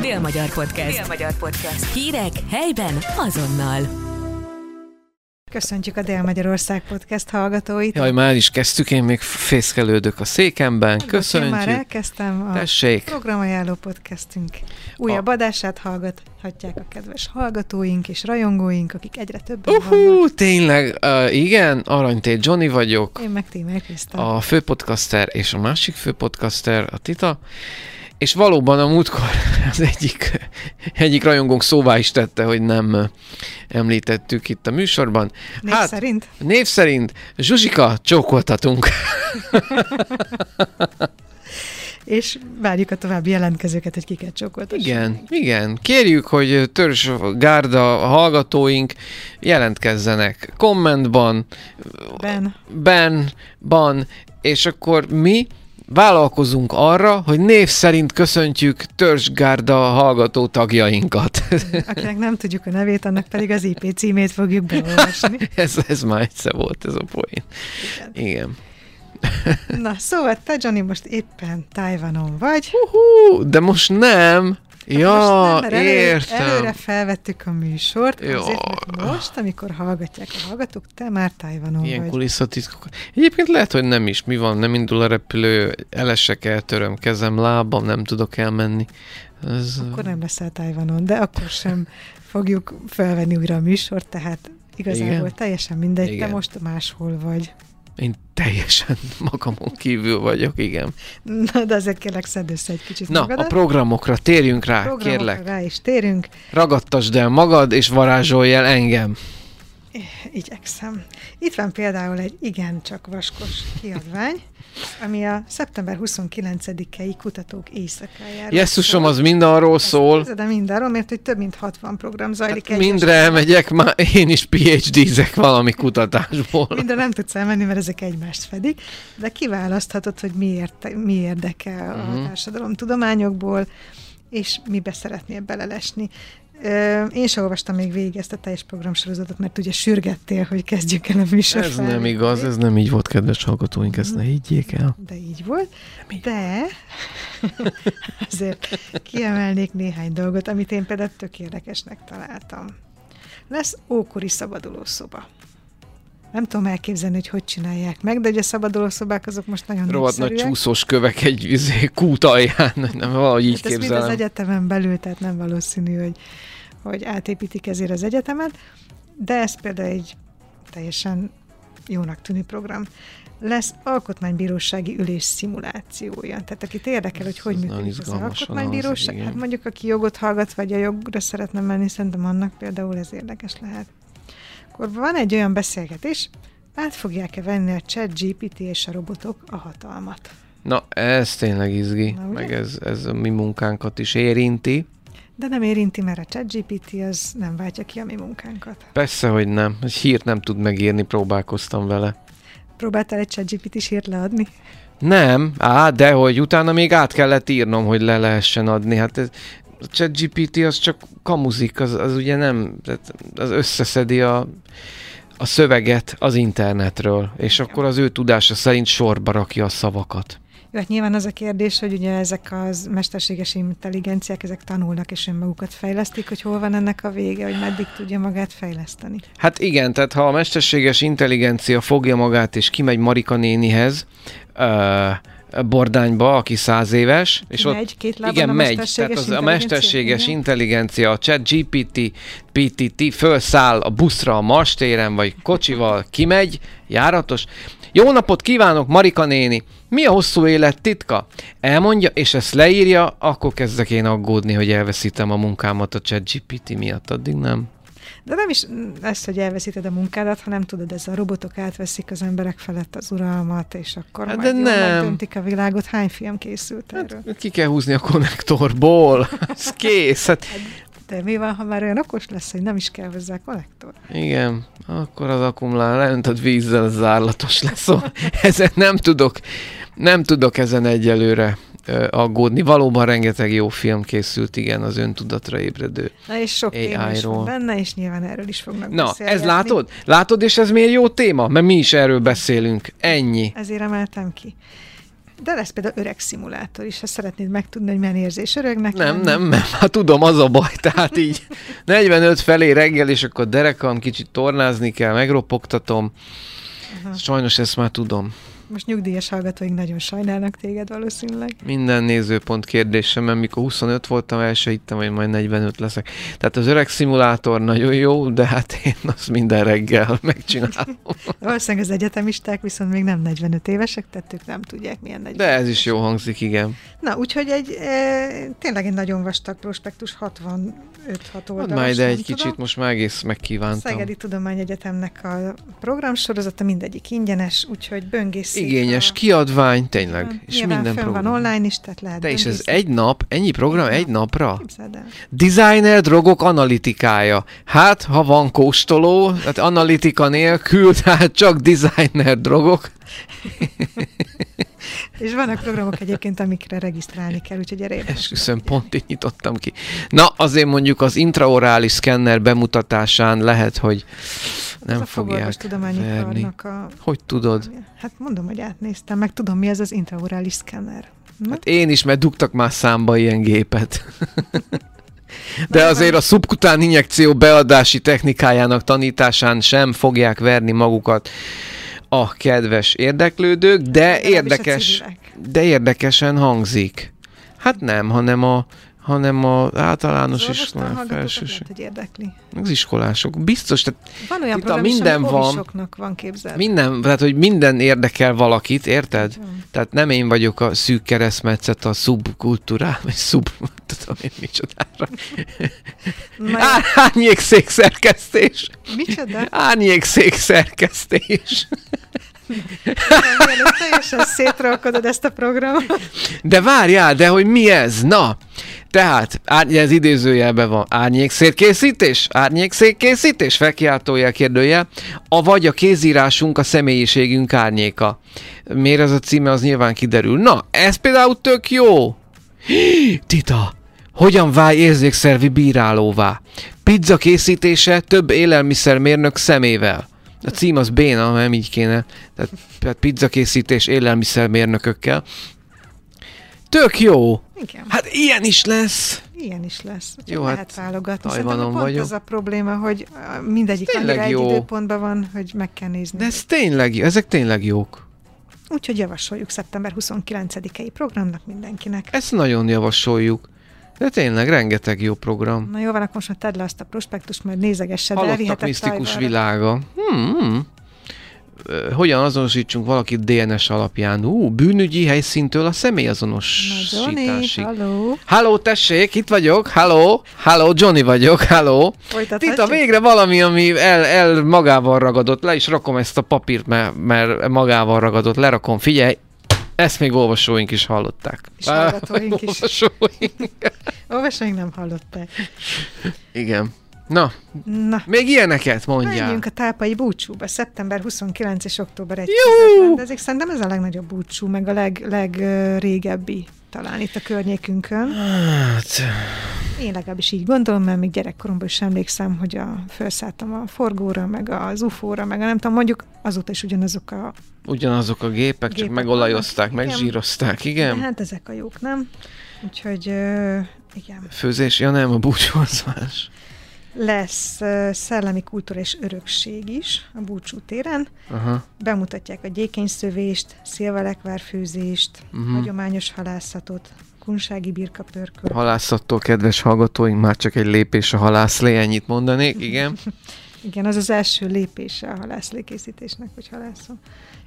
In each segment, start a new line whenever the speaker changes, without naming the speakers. Dél-Magyar Podcast. Dél-Magyar Podcast. Hírek helyben azonnal.
Köszöntjük a Dél-Magyarország Podcast hallgatóit.
Jaj, már is kezdtük, én még fészkelődök a székemben. Köszöntjük.
Hát, Én már elkezdtem a
Tessék.
programajánló podcastünk. Újabb adását hallgathatják a kedves hallgatóink és rajongóink, akik egyre többen vannak.
Hú, tényleg, uh, igen, Aranyté Johnny vagyok,
Én meg Tímel Kriszta.
a főpodcaster és a másik főpodcaster, a Tita. És valóban a múltkor az egyik, egyik rajongónk szóvá is tette, hogy nem ö, említettük itt a műsorban.
Név
hát-
szerint
Név szerint Zsuzsika csókoltatunk.
és várjuk a további jelentkezőket, hogy kiket csókoltassunk.
Igen, igen. Kérjük, hogy törzs gárda hallgatóink jelentkezzenek kommentban,
Ben,
ben, ban, és akkor mi vállalkozunk arra, hogy név szerint köszöntjük törzsgárda hallgató tagjainkat.
akinek nem tudjuk a nevét, annak pedig az IP címét fogjuk beolvasni.
ez, ez már egyszer volt ez a poén. Igen.
Na, szóval te, Johnny, most éppen Tajvanon vagy.
Hú, de most nem. Ja,
Hát most nem, mert elő-
értem.
Előre felvettük a műsort,
Jaj.
azért, mert most, amikor hallgatják a hallgatók, te már Tajvanon
Ilyen
vagy.
kulisszatitkok. Egyébként lehet, hogy nem is. Mi van? Nem indul a repülő, elesek, eltöröm kezem, lábam, nem tudok elmenni. Ez,
Akkor nem leszel Tajvanon, de akkor sem fogjuk felvenni újra a műsort, tehát igazából
Igen.
teljesen mindegy,
Igen.
te most máshol vagy.
Én teljesen magamon kívül vagyok, igen.
Na, de azért kérlek, szedd össze egy kicsit
Na,
magadat.
a programokra térjünk rá,
Programokra
kérlek.
rá is térünk,
Ragadtasd el magad, és varázsolj el engem.
igyekszem. Itt van például egy igencsak vaskos kiadvány, ami a szeptember 29-i kutatók éjszakájáról.
Jesszusom,
szól.
az mind arról szól.
Ez de mindarról, mert hogy több mint 60 program zajlik
Hát
egyes-
mindre elmegyek, már én is PhD-zek valami kutatásból.
Mindre nem tudsz elmenni, mert ezek egymást fedik, de kiválaszthatod, hogy mi, érte, mi érdekel uh-huh. a
Mhm.
társadalomtudományokból, és mibe szeretnél belelesni. Ö, én se olvastam még végig ezt a teljes programsorozatot, mert ugye sürgettél, hogy kezdjük el a műsor
Ez nem
felvételét.
igaz, ez nem így volt, kedves hallgatóink, ezt ne higgyék el.
De így volt. De azért kiemelnék néhány dolgot, amit én például tök érdekesnek találtam. Lesz ókori szabadulószoba. Nem tudom elképzelni, hogy hogy csinálják meg, de ugye a szabadulószobák azok most nagyon
Rohadt nagy
népszerűek.
csúszós kövek egy izé, kút alján, nem valahogy így
hát ez mind az
képzelem.
egyetemen belül, tehát nem valószínű, hogy, hogy átépítik ezért az egyetemet, de ez például egy teljesen jónak tűnő program. Lesz alkotmánybírósági ülés szimulációja. Tehát akit érdekel, hogy
Ez-
hogy
ez nagyon
működik az
izgalmasan hangzik,
alkotmánybíróság,
igen.
hát mondjuk aki jogot hallgat, vagy a jogra szeretne menni, szerintem annak például ez érdekes lehet. Akkor van egy olyan beszélgetés, át fogják-e venni a chat GPT és a robotok a hatalmat?
Na, ez tényleg izgi,
Na, ugye?
meg ez, ez a mi munkánkat is érinti.
De nem érinti, mert a ChatGPT az nem váltja ki a mi munkánkat.
Persze, hogy nem. Egy hírt nem tud megírni, próbálkoztam vele.
Próbáltál egy ChatGPT-s hírt leadni?
Nem, á, de hogy utána még át kellett írnom, hogy le lehessen adni. Hát ez, a ChatGPT az csak kamuzik, az, az ugye nem, tehát az összeszedi a, a szöveget az internetről, és akkor az ő tudása szerint sorba rakja a szavakat.
Jó, hát nyilván az a kérdés, hogy ugye ezek az mesterséges intelligenciák, ezek tanulnak és önmagukat fejlesztik, hogy hol van ennek a vége, hogy meddig tudja magát fejleszteni.
Hát igen, tehát ha a mesterséges intelligencia fogja magát és kimegy Marika nénihez, ö, Bordányba, aki száz éves, és ott
megy, két lábon
Igen,
a
megy. Tehát
mesterséges
az a mesterséges
intelligencia.
intelligencia, a chat GPT, PTT felszáll a buszra a Mastéren, vagy kocsival kimegy, járatos. Jó napot kívánok, Marika néni! Mi a hosszú élet titka? Elmondja, és ezt leírja, akkor kezdek én aggódni, hogy elveszítem a munkámat a chat GPT miatt, addig nem.
De nem is mm, ez, hogy elveszíted a munkádat, hanem tudod, ez a robotok átveszik az emberek felett az uralmat, és akkor
Hát
majd
de
jól
nem. Hát-
megdöntik a világot. Hány film készült erről?
Ki kell húzni a konnektorból, ez kész. Hát,
De mi van, ha már olyan okos lesz, hogy nem is kell hozzá konnektor?
igen, akkor az akkumulál leöntött vízzel, az zárlatos lesz. Szóval ezen nem tudok, nem tudok ezen egyelőre ö, aggódni. Valóban rengeteg jó film készült, igen, az öntudatra ébredő.
Na és sok téma is van
AI-ról.
benne, és nyilván erről is fognak
Na, ez
beszélgetni.
látod? Látod, és ez miért jó téma? Mert mi is erről beszélünk. Ennyi.
Ezért emeltem ki. De lesz például öreg szimulátor is, ha szeretnéd megtudni, hogy milyen érzés öregnek.
Nem,
lenni.
nem, nem, hát tudom, az a baj, tehát így 45 felé reggel, és akkor derekam, kicsit tornázni kell, megropogtatom.
Aha.
Sajnos ezt már tudom.
Most nyugdíjas hallgatóink nagyon sajnálnak téged valószínűleg.
Minden nézőpont kérdése, mert mikor 25 voltam, el se hittem, hogy majd 45 leszek. Tehát az öreg szimulátor nagyon jó, de hát én azt minden reggel megcsinálom.
Valószínűleg az egyetemisták viszont még nem 45 évesek, tehát ők nem tudják, milyen 45.
De ez is jó hangzik, igen.
Na, úgyhogy egy, e, tényleg egy nagyon vastag prospektus, 65-6
Hát
oldalas.
már ide
nem
egy kicsit, most már egész megkívántam.
Szegedi Tudományegyetemnek a programsorozata mindegyik ingyenes, úgyhogy böngész.
Igényes kiadvány, tényleg.
Van,
és
nyilván
minden
fönn
program.
van online is, tehát lehet
Te is ez
böngészni.
egy nap, ennyi program egy napra?
Képzeld el.
Designer drogok analitikája. Hát, ha van kóstoló, tehát analitika nélkül, tehát csak designer drogok.
És vannak programok egyébként, amikre regisztrálni kell, úgyhogy erre érdemes.
Esküszöm, pont így nyitottam ki. Na, azért mondjuk az intraorális szkenner bemutatásán lehet, hogy nem
Ez a
fogják
tudományi
verni.
karnak a...
Hogy tudod?
Hát mondom, hogy átnéztem, meg tudom, mi ez az intraurális szkenner. Na?
Hát én is, mert dugtak már számba ilyen gépet.
Na,
De
de
azért
van-
a szubkután injekció beadási technikájának tanításán sem fogják verni magukat a kedves érdeklődők, de
Legalábbis a
érdekes,
civilek.
de érdekesen hangzik. Hát nem, hanem a hanem a általános
Az orvostan
iskolán
Szóval hallgatókat
felsős,
lehet, hogy érdekli.
az iskolások. Biztos, tehát
Van olyan
Itt a
program is,
minden
ami
van.
ovisoknak van képzelve.
minden, tehát hogy minden érdekel valakit, érted?
Van.
Tehát nem én vagyok a szűk keresztmetszet, a szubkultúrá, vagy szub, tudom én micsodára.
Na,
Á, Árnyékszék szerkesztés!
micsoda?
Árnyékszék szerkesztés!
Mielőtt teljesen szétralkodod ezt a programot.
De várjál, de hogy mi ez? Na, tehát, ár, ez idézőjelben van. Árnyékszékkészítés? Árnyékszékkészítés? Felkiáltójel kérdője. A vagy a kézírásunk a személyiségünk árnyéka. Miért ez a címe, az nyilván kiderül. Na, ez például tök jó. Hí, Tita, hogyan válj érzékszervi bírálóvá? Pizza készítése több élelmiszermérnök szemével. A cím az béna, nem így kéne. Tehát, tehát pizza készítés élelmiszermérnökökkel. Tök jó.
Igen,
Hát ilyen is lesz.
ilyen is lesz. Úgyhogy
Jó,
lehet
hát
válogatni.
Tajvanon
Szerintem pont
vagyok.
az a probléma, hogy ah, mindegyik
Tényleg
annyira
jó.
egy időpontban van, hogy meg kell nézni.
De ez tényleg, jó, ezek tényleg jók.
Úgyhogy javasoljuk szeptember 29-i programnak mindenkinek.
Ezt nagyon javasoljuk. De tényleg rengeteg jó program.
Na jó van, akkor most már tedd le azt a prospektust, majd nézegessed,
Halottak
elviheted
misztikus
Tajvanra.
világa. Hmm. Ö, Hogyan azonosítsunk valakit DNS alapján? Ú, bűnügyi helyszíntől a
Na Johnny,
személyazonosításig.
halló!
Halló, tessék, itt vagyok, halló, halló, Johnny vagyok, halló.
Folytathatjuk?
Tita, végre valami, ami el, el magával ragadott. Le is rakom ezt a papírt, mert, mert magával ragadott. Lerakom, figyelj, ezt még olvasóink is hallották.
És hallgatóink is.
Olvasóink.
Olvasóink nem hallották.
Igen. Na,
Na,
még ilyeneket mondjál.
menjünk a tápai búcsúba. Szeptember 29 és október 1
Juhú!
között rendezik. Szerintem ez a legnagyobb búcsú, meg a leg, legrégebbi talán itt a környékünkön.
Hát,
Én legalábbis így gondolom, mert még gyerekkoromban is emlékszem, hogy a, felszálltam a forgóra, meg az ufóra, meg a nem tudom, mondjuk azóta is ugyanazok a...
ugyanazok a gépek, csak
Gépek
megolajozták,
vannak. Igen.
megzsírozták, igen?
Hát ezek a jók, nem? Úgyhogy ö, igen.
Főzés, ja nem, a búcsú az más.
Lesz ö, szellemi kultúra és örökség is a búcsú téren.
Aha.
Bemutatják a gyékenyszövést, szilvelekvárfőzést,
Mhm.
uh-huh. hagyományos halászatot, kunsági birkapörkölt,
Halászattól, kedves hallgatóink, már csak egy lépés a halászlé, ennyit mondanék, igen?
Igen, az az első lépése a halászlé készítésnek, hogy halászom.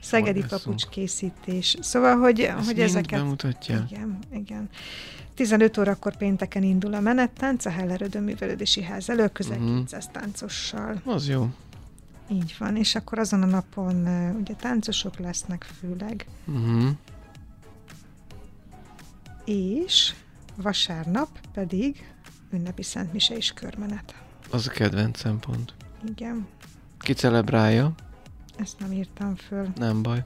Szegedi
Halászunk.
papucs készítés. Szóval, hogy,
Ezt
hogy
mind
ezeket...
bemutatják?
Igen, igen. 15 órakor pénteken indul a menettánc a Hellerödön Művelődési Ház elő, közel
Mhm.
uh-huh. 200 táncossal.
Az jó.
Így van, és akkor azon a napon ö, ugye táncosok lesznek főleg,
Uh-huh.
és vasárnap pedig ünnepi szentmise és körmenet.
Az a kedvenc szempont.
Igen,
Ki celebrálja,
ezt nem írtam föl.
nem baj.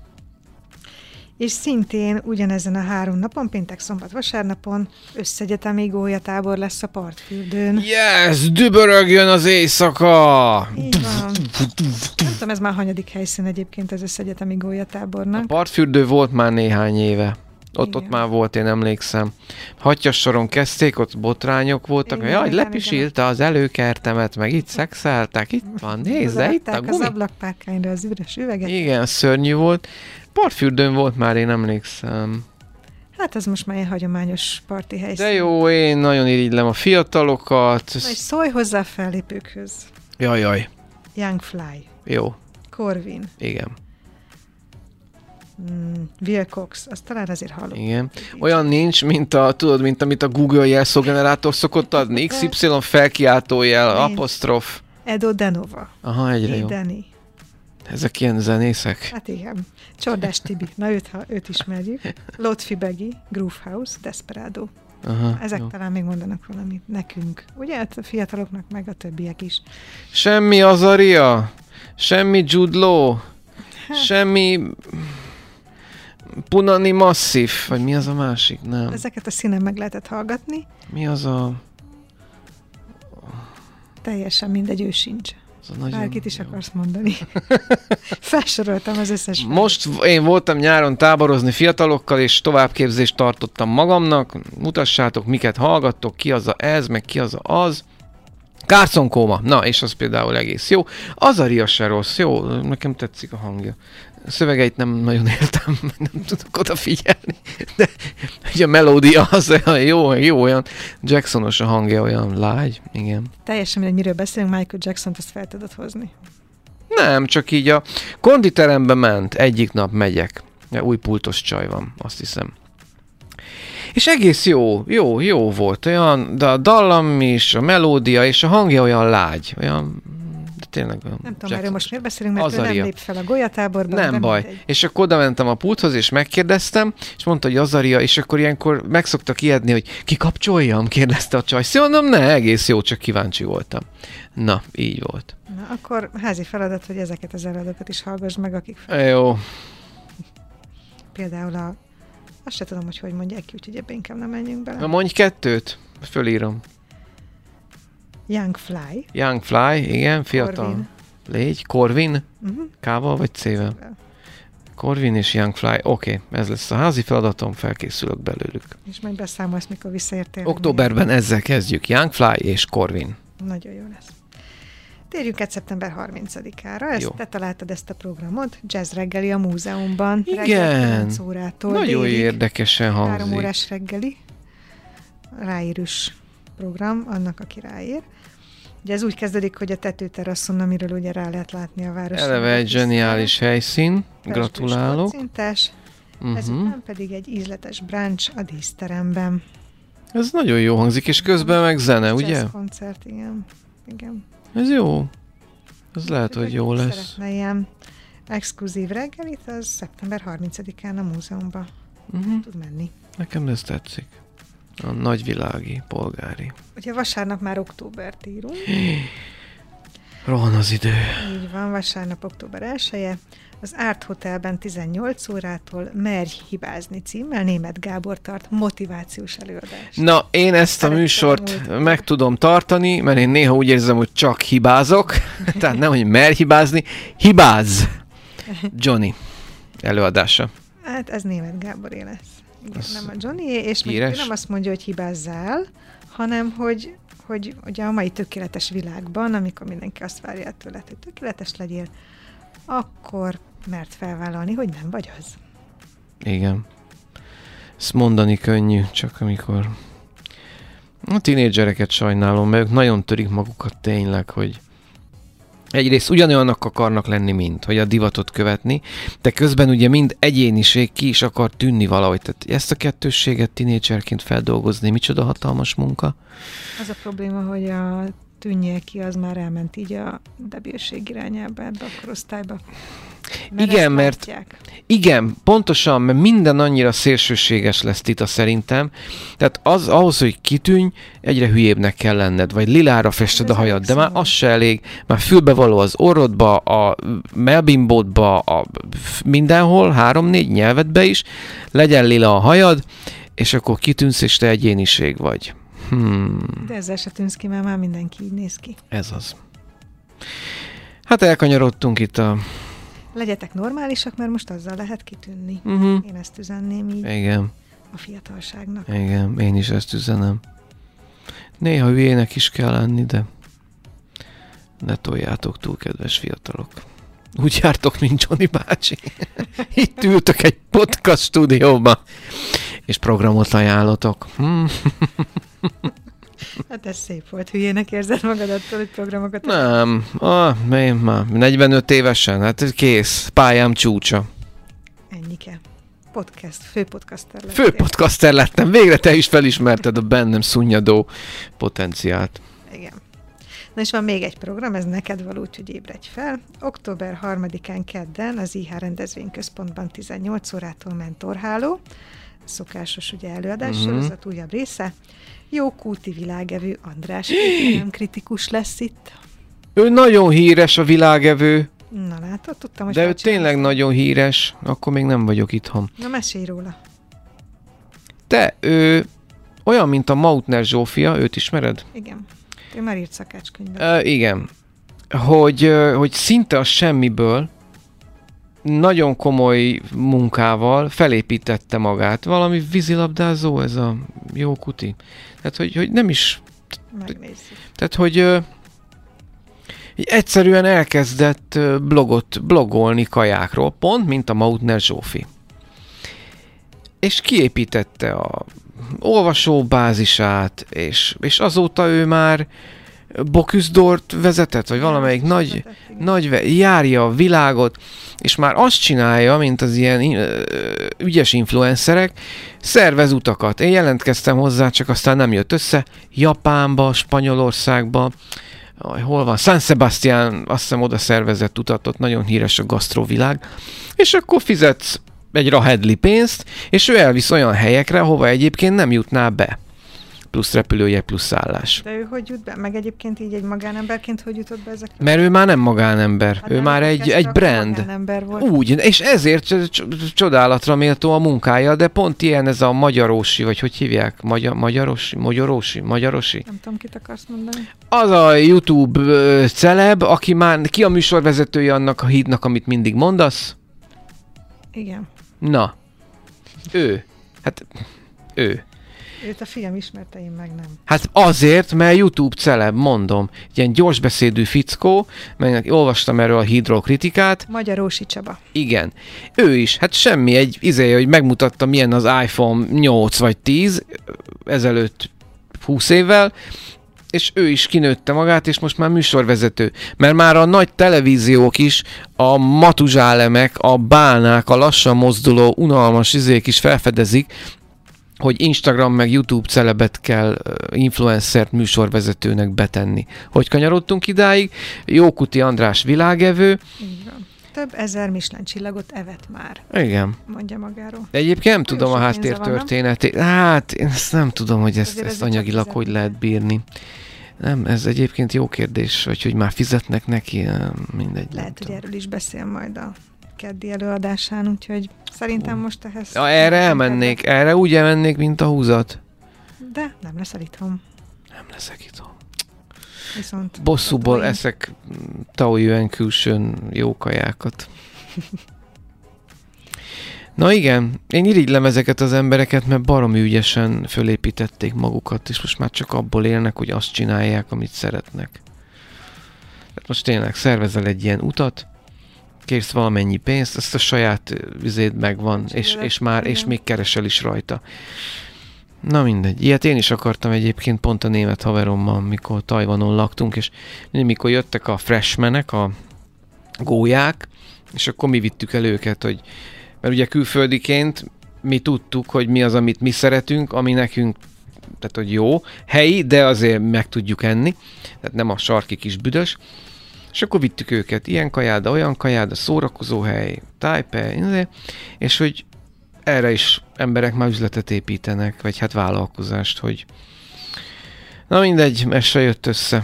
És szintén ugyanezen a három napon, péntek, szombat, vasárnapon összegyetemi gólyatábor lesz a partfürdőn.
Yes, dübörögjön az éjszaka!
Így van. Nem tudom, ez már hanyadik helyszín egyébként az összegyetemi gólyatábornak.
A partfürdő volt már néhány éve. Ott,
Igen.
ott már volt, én emlékszem. Hatyas soron kezdték, ott botrányok voltak.
Igen,
Igen, Jaj,
igen,
lepisílte az előkertemet, meg itt szexeltek, itt van, nézze, itt a
Odarakták az
gumi.
ablakpárkányra az üres üveget.
Igen, szörnyű volt. Partfürdőn volt már, én emlékszem.
Hát ez most már ilyen hagyományos parti helyszín.
De jó, én nagyon irigylem a fiatalokat.
Na és szólj hozzá a fellépőkhöz.
Jaj, jaj,
Young Fly,
jó,
Corvin,
igen,
mm, Will Cox, azt talán azért hallom.
igen. Olyan nincs, mint a, tudod, mint amit a Google jelszógenerátor szokott adni. XY felkiáltójel,
Nincs.
apostrof.
Edo Denova,
Aha, egyre jó.
Dani.
Ezek ilyen zenészek.
Hát igen. Csordás Tibi, na őt, ha, őt ismerjük. Lotfi Begi, Groove House, Desperado.
Aha,
Ezek
jó.
talán még mondanak valamit nekünk. Ugye hát a fiataloknak, meg a többiek is.
Semmi Azaria, semmi Jude Law, semmi Punani Massif, vagy mi az a másik? Nem.
Ezeket a színen meg lehetett hallgatni,
Mi az a...
teljesen mindegy, ő sincs.
Az a nagyon...
Bárkit is akarsz mondani. Felsoroltam az összes.
Most v- én voltam nyáron táborozni fiatalokkal, és továbbképzést tartottam magamnak. Mutassátok, miket hallgattok, ki az a ez, meg ki az a az. Kárconkóma, na, és az például egész jó. Az a Ria se rossz, jó, nekem tetszik a hangja. A szövegeit nem nagyon értem, mert nem tudok odafigyelni, de ugye a melódia az olyan jó, meg jó, olyan Jacksonos a hangja, olyan lágy, igen.
Teljesen mindegy, miről beszélünk, Michael Jackson-t azt fel tudod hozni.
Nem, csak így a konditerembe ment, egyik nap megyek. Ja, Új pultos csaj van, azt hiszem. És egész jó, jó, jó volt. Olyan, de a dallam is, a melódia és a hangja olyan lágy, olyan, de tényleg olyan
Nem tudom,
Jackson.
erről most miért beszélünk, mert ő nem
Azaria.
lép fel a golyatáborban. de
Nem baj.
mindegy.
És akkor oda mentem a pulthoz, és megkérdeztem, és mondta, hogy Azaria, és akkor ilyenkor meg szoktak ijedni, hogy kikapcsoljam, kérdezte a csaj. Szóval mondom, ne, egész jó, csak kíváncsi voltam. Na, így volt.
Na, akkor házi feladat, hogy ezeket az előadókat is hallgass meg, akik fel,
Jó,
például a... Azt se tudom, hogy hogy mondják ki, úgyhogy ebbe inkább nem menjünk bele.
na mondj kettőt, fölírom.
Young Fly.
Young Fly, igen, fiatal.
Corvin.
Corvin. Légy, Corvin,
Uh-huh.
K-val vagy C-vel? Corvin és Young Fly, oké, okay, ez lesz a házi feladatom, felkészülök belőlük.
És majd beszámolsz, mikor visszaértél.
Októberben ezzel kezdjük, Young Fly és Corvin.
Nagyon jó lesz. Térjünk át szeptember 30-ára. Ezt,
Jó.
te találtad ezt a programot, Jazz reggeli a múzeumban.
Igen.
Reggel 9 órától
Nagyon
délig,
érdekesen
Három
hangzik.
órás reggeli. Ráírős program, annak, aki ráír. Ugye ez úgy kezdődik, hogy a tetőteraszon, amiről ugye rá lehet látni a város.
Eleve egy zseniális helyszín,
Pestős
gratulálok.
kocintás,
Uh-huh.
ezután pedig egy ízletes brunch a díszteremben.
Ez nagyon jó hangzik, és közben meg zene, ugye?
Jazz koncert, igen. igen.
Ez jó. Ez lehet, hogy
Úgyhogy
jó
aki
lesz.
Szeretne ilyen exkluzív reggelit, az szeptember 30-án a múzeumban
Uh-huh.
tud menni.
Nekem ez tetszik. A nagyvilági, polgári.
Ugye vasárnap már októbert írunk,
Rohan az idő.
így van, vasárnap október 1 az Árt Hotelben 18 órától Merj hibázni címmel német Gábor tart motivációs előadást.
Na, én ezt a
Szerettem
műsort
múltkor.
meg tudom tartani, mert én néha úgy érzem, hogy csak hibázok. Tehát nem, hogy mer hibázni. Hibáz! Johnny előadása.
Hát ez német Gáboré lesz. Igen,
Ez
nem a Johnny, és még
híres?
nem azt mondja, hogy hibázzál, hanem hogy, hogy ugye a mai tökéletes világban, amikor mindenki azt várja tőled, hogy tökéletes legyél, akkor mert felvállalni, hogy nem vagy az.
Igen. Ezt mondani könnyű, csak amikor... A tinédzsereket sajnálom, mert ők nagyon törik magukat tényleg, hogy egyrészt ugyanolyannak akarnak lenni, mint hogy a divatot követni, de közben ugye mind egyéniség ki is akar tűnni valahogy. Tehát ezt a kettősséget tinédzserként feldolgozni, micsoda hatalmas munka.
Az a probléma, hogy a tűnjél ki, az már elment így a debilség irányába, ebbe a korosztályba.
Igen,
ezt
mert-
látják.
Igen, pontosan, mert minden annyira szélsőséges lesz Tita szerintem. Tehát az ahhoz, hogy kitűnj, egyre hülyébbnek kell lenned, vagy lilára fested
Ez
a hajad, de
elég
már
szomorú.
az se elég, már fülbevaló az orrodba, a melbimbódba, a f- mindenhol, három-négy nyelvedbe is, legyen lila a hajad, és akkor kitűnsz, és te egyéniség vagy. Hmm.
De ezzel se tűnsz ki, mert már mindenki így néz ki.
Ez az. Hát elkanyarodtunk itt a...
Legyetek normálisak, mert most azzal lehet kitűnni.
Uh-huh.
Én ezt üzenném így.
Igen.
a fiatalságnak.
Igen, én is ezt üzenem. Néha hülyének is kell lenni, de ne toljátok túl, kedves fiatalok. Úgy jártok, mint Johnny bácsi. Itt ültök egy podcast stúdióba, és programot ajánlotok. Hmm.
Hát ez szép volt, hülyének érzed magad attól, hogy programokat...
Nem, ah, én már 45 évesen, hát kész, pályám csúcsa.
Ennyike. Podcast, főpodcaster lettél.
Főpodcaster lettem, végre te is felismerted a bennem szunnyadó potenciált.
Igen. Na és van még egy program, ez neked való, úgyhogy ébredj fel. Október 3-án kedden az IH rendezvényközpontban 18 órától mentorháló, szokásos ugye előadás
Mhm.
uh-huh. sorozat újabb része. Jó kúti világevő András nem kritikus lesz itt.
Ő nagyon híres a világevő,
Na látod, tudtam, hogy
de ő
felcsinálsz.
tényleg nagyon híres, akkor még nem vagyok itthon.
Na mesélj róla.
Te, ő olyan, mint a Mautner Zsófia, őt ismered?
Igen. Ő már írt szakácskönyvet.
Ö, igen. Hogy, ö, hogy szinte a semmiből nagyon komoly munkával felépítette magát. Valami vízilabdázó ez a jó kuti. Tehát, hogy, hogy nem is
Megnézzük.
Tehát, hogy ö, így egyszerűen elkezdett ö, blogot, blogolni kajákról, pont, mint a Mautner Zsófi. És kiépítette a olvasóbázisát, és, és azóta ő már Boküzdort vezetett, vagy valamelyik nagy,
Igen.
nagy ve- járja a világot, és már azt csinálja, mint az ilyen ö, ügyes influencerek, szervez utakat. Én jelentkeztem hozzá, csak aztán nem jött össze. Japánba, Spanyolországba, aj, hol van? San Sebastian, azt hiszem oda szervezett utat, ott nagyon híres a gasztrovilág. És akkor fizetsz egy rahedli pénzt, és ő elvisz olyan helyekre, hova egyébként nem jutná be. Plusz repülője, plusz szállás.
De ő hogy jut be? Meg egyébként így egy magánemberként hogy jutott be ezekre?
Mert ő már nem magánember,
Hát
ő
nem,
már egy,
kezdte,
egy
akkor
brand.
magánember volt.
Úgy, és ezért c- c- csodálatra méltó a munkája, de pont ilyen ez a magyarósi, vagy hogy hívják? Magyar, magyarosi? Magyarósi? Magyarosi?
Nem tudom, kit akarsz mondani.
Az a YouTube ö, celeb, aki már, ki a műsorvezetője annak a hídnak, amit mindig mondasz?
Igen.
Na, ő. Hát, ő.
Őt a fiam ismerte, én meg nem.
Hát azért, mert YouTube celeb, mondom. Ilyen gyorsbeszédű fickó, meg olvastam erről a hídról kritikát,
Magyar Ósi Csaba.
Igen. Ő is, hát semmi, egy izéje, hogy megmutatta milyen az iPhone 8 vagy 10 ezelőtt 20 évvel, és ő is kinőtte magát, és most már műsorvezető. Mert már a nagy televíziók is, a matuzsálemek, a bálnák, a lassan mozduló, unalmas izék is felfedezik, hogy Instagram meg YouTube celebet kell ö, influencert műsorvezetőnek betenni. Hogy kanyarodtunk idáig? Jókuti András világevő.
Így van. Több ezer Michelin csillagot evett már,
Igen.
mondja magáról.
De egyébként nem
Nagyon
tudom
sok
a
pénze
háttér
van, nem?
történetét. Hát, én ezt nem tudom, hogy ezt,
Azért
ezt
ezért csak
anyagilag hogy
fizetni
lehet
kell.
bírni. Nem, ez egyébként jó kérdés, vagy hogy már fizetnek neki, nem, mindegy. nem
Lehet, hogy
tudom.
erről is beszél majd a keddi előadásán, úgyhogy szerintem most ehhez...
Ja, erre elmennék, erre úgy elmennék, mint a húzat.
De nem leszel itthon.
Nem leszek itt.
Viszont
Bosszúból
Tatooine.
eszek mm, Taoyuan külsőn jó kajákat. Na igen, én irigylem ezeket az embereket, mert baromi ügyesen fölépítették magukat, és most már csak abból élnek, hogy azt csinálják, amit szeretnek. Tehát Hát most tényleg szervezel egy ilyen utat, kérsz valamennyi pénzt, ezt a saját ö, vizéd megvan, és,
Csinálod,
és már, és
igen.
még keresel is rajta. Na mindegy, ilyet én is akartam egyébként pont a német haverommal, mikor Tajvanon laktunk, és mikor jöttek a freshmenek, a gólyák, és akkor mi vittük el őket, hogy mert ugye külföldiként mi tudtuk, hogy mi az, amit mi szeretünk, ami nekünk, tehát hogy jó, helyi, de azért meg tudjuk enni, tehát nem a sarki kis büdös, és akkor vittük őket, ilyen kajáda, olyan kajáda, szórakozóhely, Taipei, izé, és hogy erre is emberek már üzletet építenek, vagy hát vállalkozást, hogy na mindegy, ez se jött össze.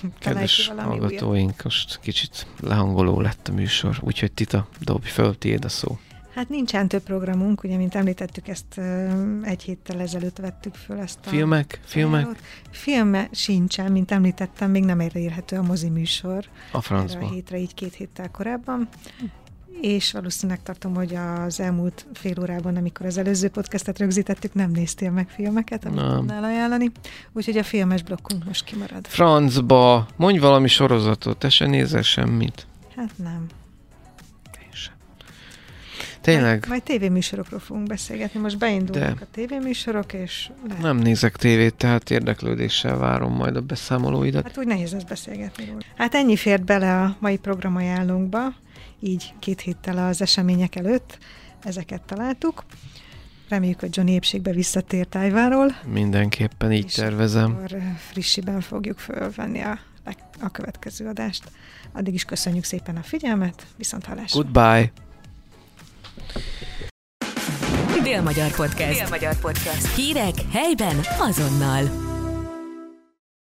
Találj ki
Kedves
valami újat.
hallgatóink, most kicsit lehangoló lett a műsor, úgyhogy Tita, dobj föl, tiéd a szó.
Hát nincsen több programunk, ugye, mint említettük, ezt ö, egy héttel ezelőtt vettük föl ezt a...
Filmek, filmek,
ajánlót. Filme sincsen, mint említettem, még nem elérhető a mozi műsor.
a
Erre a
francba.
hétre, így két héttel korábban. és valószínűleg tartom, hogy az elmúlt fél órában, amikor az előző podcastet rögzítettük, nem néztél meg filmeket, amit
Nem.
tudnál ajánlani. Úgyhogy a filmes blokkunk most kimarad.
Francba, mondj valami sorozatot, te se nézel semmit.
Hát nem.
Én sem. Tényleg,
Majd tévéműsorokról fogunk beszélgetni. Most beindulnak
De.
a tévéműsorok, és lehet.
nem nézek tévét, tehát érdeklődéssel várom majd a beszámolóidat.
Hát úgy nehéz lesz beszélgetni róla. Hát ennyi fért bele a mai programajánlónkba, így két héttel az események előtt. Ezeket találtuk. Reméljük, hogy Johnny épségbe visszatér Tájváról.
Mindenképpen így
És
tervezem.
Akkor eh, frissiben fogjuk fölvenni a, leg- a következő adást. Addig is köszönjük szépen a figyelmet, viszont hallásra!
Goodbye!
Dél-Magyar Podcast. Dél-Magyar Podcast. Hírek helyben azonnal.